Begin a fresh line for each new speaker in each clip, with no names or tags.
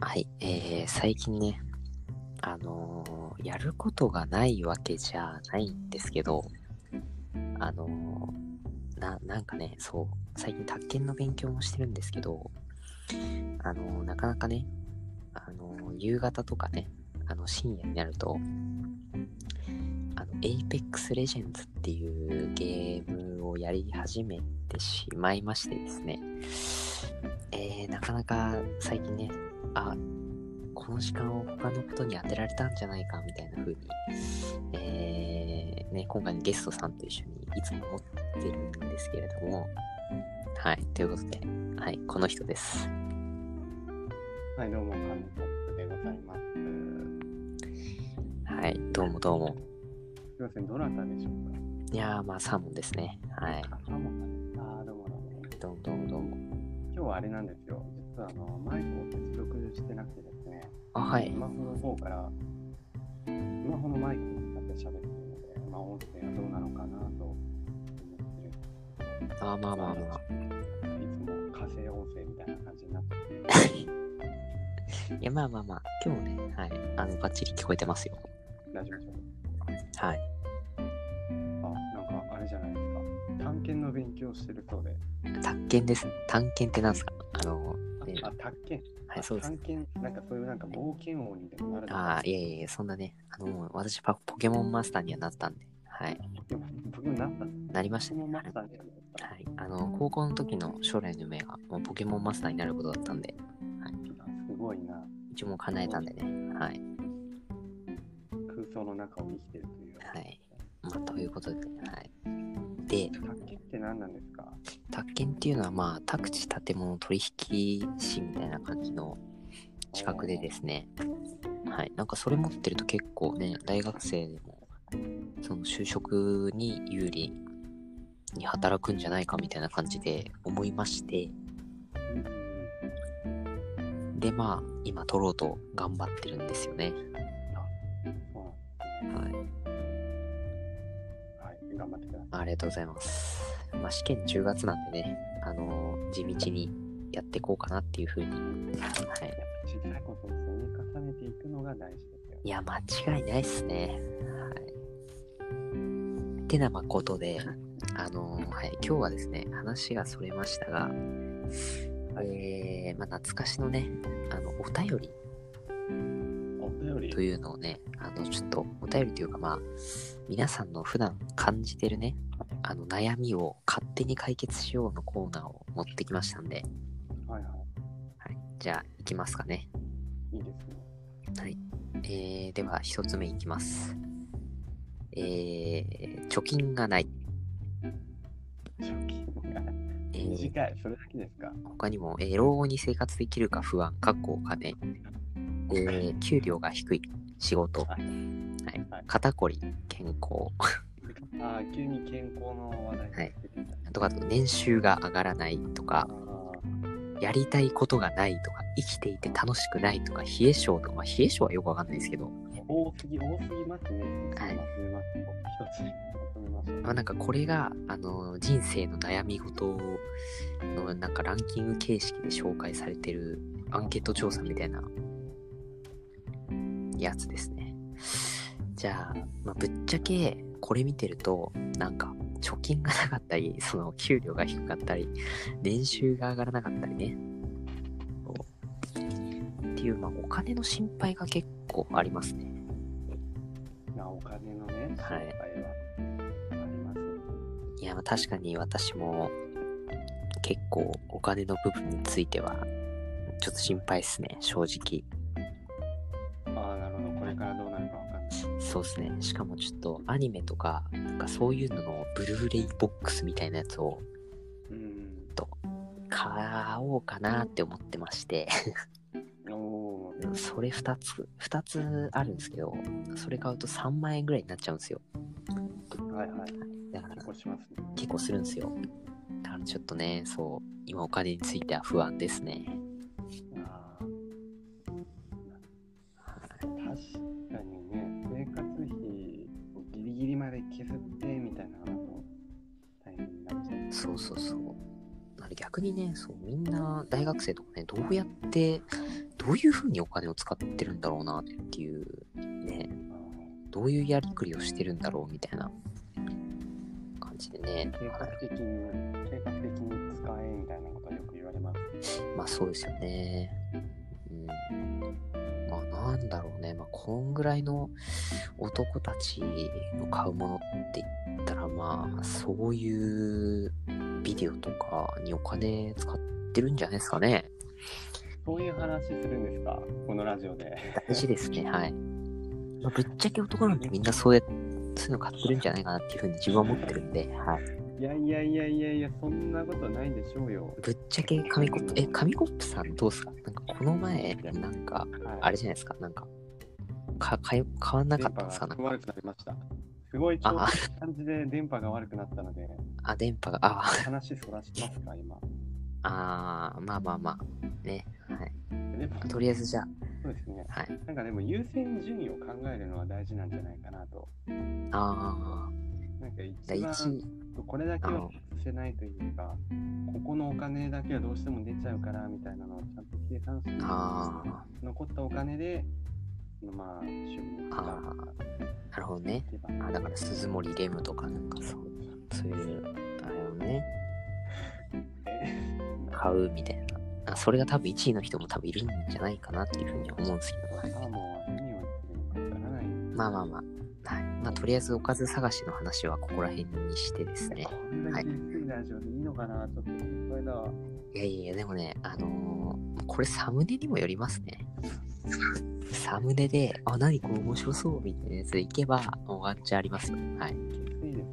はい、えー、最近ね、あのーやることがないわけじゃないんですけど、あのーな、なんかね、そう、最近宅建の勉強もしてるんですけど、あのーなかなかね、あのー夕方とかね、あの、深夜になると、あの、Apex Legends っていうゲームをやり始めてしまいましてですね、えー、なかなか最近ね、あこの時間を他のことに当てられたんじゃないかみたいな風に、えーね、今回のゲストさんと一緒にいつも思ってるんですけれどもはいということで、はい、この人です
はい、どうも、カンポップでございます。
はいどうもどうも
すいません、どなたでしょう
いやーまあサーモンですねはい
かあ、どうも、あーどうもど
どうもど
うも。
うもどうも
今日はあれなんですよ。実は、あの、マイクを接続してなくてですね、
あはい
スマホの方から、スマホのマイクを使って喋ってるので、まあ、音声がどうなのかなと思ってる。
あまあまあまあ
いつも火星音声みたいな感じになってて、
いやまあまあまあ今日ねはいあのバッチリ聞こえてますよ
大丈夫でしょう
はい
あ、なんか、あれじゃないですか。探検の勉強をしてるそうで。
探検です探検ってなんですかあのね
あ、探検。
はいそうです
探検、なんかそういうなんか冒険王にでもなるじゃないですか
ああ、いやいやいや、そんなね、あの、もう私パ、ポケモンマスターにはなったんで、はい、
でも僕なったん
なりま
で
し
す
た
ね。
ね。
マ
は
ス
い
ターになった。
はい、あの、高校の時の将来の夢が、もうポケモンマスターになることだったんで、
すごいな。
一応もう叶えたんでね、はい。
空想の中を生きてるという。
はいまあ、ということで、はい。で、
卓球って何なんですか
宅建っていうのは、まあ、宅地建物取引士みたいな感じの資格でですね、はい、なんかそれ持ってると結構ね、大学生でも、その就職に有利に働くんじゃないかみたいな感じで思いまして、
うん
で、まあ、今取ろうと頑張ってるんですよね。
そうなんですね
はい、
はい、頑張ってくださ
ありがとうございます。まあ、試験10月なんでね、あの地道にやっていこうかなっていうふうに、はい、
い。やっぱ小さいことを積み重ねていくのが大事ですよ。
いや、間違いないっすね。はい。てなまことで、あのーはい、今日はですね、話がそれましたが、えー、まあ、懐かしのね、あの、お便り
お便り
というのをね、あの、ちょっと、お便りというか、まあ、皆さんの普段感じてるね、あの、悩みを勝手に解決しようのコーナーを持ってきましたんで、
はいは
はい、じゃあ、いきますかね。
い。いいですね。
えー、では、一つ目いきます。えー、貯金がない。
貯金が
えー
短い。それだけですか
他にも、えー老後に生活できるか不安、かっこお金、えー給料が低い、仕事、
はい
はい
はい
肩こり、健康、
あー急に健康の話題が出てきた。
とか、あと年収が上がらないと
あ
か、やりたいことがないとか、生きていて楽しくないとか、冷え性とか、まあ、冷え性はよくわかんないですけど、
ー多すぎ、多すぎますね。
はい
まとめます。一つにまとめましょう
まあ、なんかこれが、あの人生の悩み事のなんかランキング形式で紹介されてるアンケート調査みたいなやつですね。じゃあ、まあ、ぶっちゃけこれ見てるとなんか貯金がなかったりその給料が低かったり年収が上がらなかったりね。っていう、まあ、お金の心配が結構ありますね。
まあ、お金のね、心
は
配はいあります、
いや、まあ確かに私も結構お金の部分についてはちょっと心配ですね、正直。
ああ、なるほど。これからどうなるかわかんない。
そうですね。しかもちょっとアニメとか、なんかそういうののブルーレイボックスみたいなやつを
うん。
買おうかなって思ってまして、
おー
それ2つ、2つあるんですけど、それ買うと3万円ぐらいになっちゃうんですよ。
はいはい。
だから
結構しますね。
結構するんですよ。だからちょっとね、そう、今お金については不安ですね。
ああ。確かにね、生活費をギリギリまで削ってみたいなのだと大変になっちゃう。
そうそうそう。だから逆にね、そうみんな大学生とかね、どうやって、どういうふうにお金を使ってるんだろうなっていう、ね、どういうやりくりをしてるんだろうみたいな感じでね、
計画的に、計画的に使えみたいなことはよく言われます。
まあそうですよね。うん。まあなんだろうね。まあこんぐらいの男たちの買うものって言ったらまあそういうビデオとかにお金使ってるんじゃないですかね。
そういう話するんですかこのラジオで。
大事ですね。はい。まあ、ぶっちゃけ男なんてみんなそうやそういうの買ってるんじゃないかなっていうふうに自分は思ってるんで、はい。
いやいやいやいやいや、そんなことないでしょうよ。
ぶっちゃけ紙コップ、え、紙コップさんどうですかなんかこの前、なんか、
はい、
あれじゃないですか、なんか、か買い買わなかったんですかなん
電波が
か
悪くなりました。すごいちょっと
あ
感じで電波が悪くなったので、
あ、電波が、あ
話そらしますか、今。
あー、まあまあまあ、ね、はい。
でも
とりあえずじゃ
そうですね。
あ、はい。
なんかでも優先順位を考えるのは大事なんじゃないかなと。
あ
なんか
ー、じゃあ
一
一
番これだけはしてないというか、ここのお金だけはどうしても出ちゃうからみたいなのをちゃんと計算して、
あー、
残ったお金で、まあ、趣味とか
あ、なるほどね。
行けば
あだから、鈴森レムとか、なんかそう、そういう、あれをね、買うみたいな。あそれが多分1位の人も多分いるんじゃないかなっていうふうに思うんですけど、はい
サーモンは何を言ってるのかわからない。
まあまあまあ、はい。まあ、とりあえずおかず探しの話はここら辺にしてですね。
こんなにゆっくりラジオでいいのかな、ちょっと心配だわ。
いやいや、でもね、あのーこれサムネにもよりますね。サムネで、あ、何これ面白そうみたいなやつでいけば、もうワンチャンありますよ。はい。
きついですね。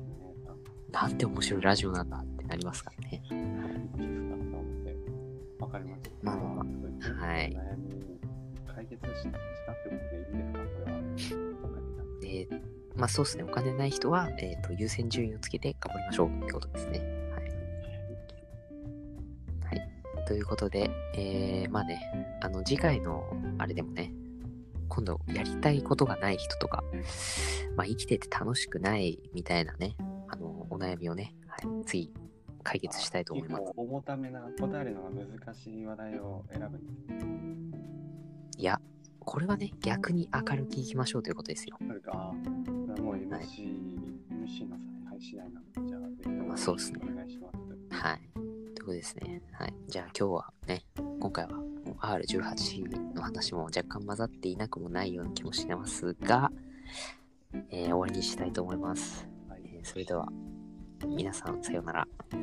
なんて面白いラジオなんだってなりますからね。
きつかった思って。わかりました。
まあまあはい
悩み解決ししたってことでいいんですか、これは。
で、まあそうですね、お金ない人は、えっ、と、優先順位をつけて頑張りましょうってことですね。はい。はい。ということで、えー、まあね、あの、次回の、あれでもね、今度やりたいことがない人とか、まあ生きてて楽しくないみたいなね、あの、お悩みをね、はい、次、解決したいと思います。
結構重ためな答えるのが難しい話題を選ぶんです
いや、これはね、逆に明るくいきましょうということですよ。
それか、それはもう MC、MC の采配次第なので、じゃあ、ぜひとも
まあそうですね
お願いします。
はい。ということですね。はい。じゃあ今日はね、今回はもう R18 の話も若干混ざっていなくもないような気もしてますが、えー終わりにしたいと思います。
はい
えーそれでは、皆さんさようなら。
さ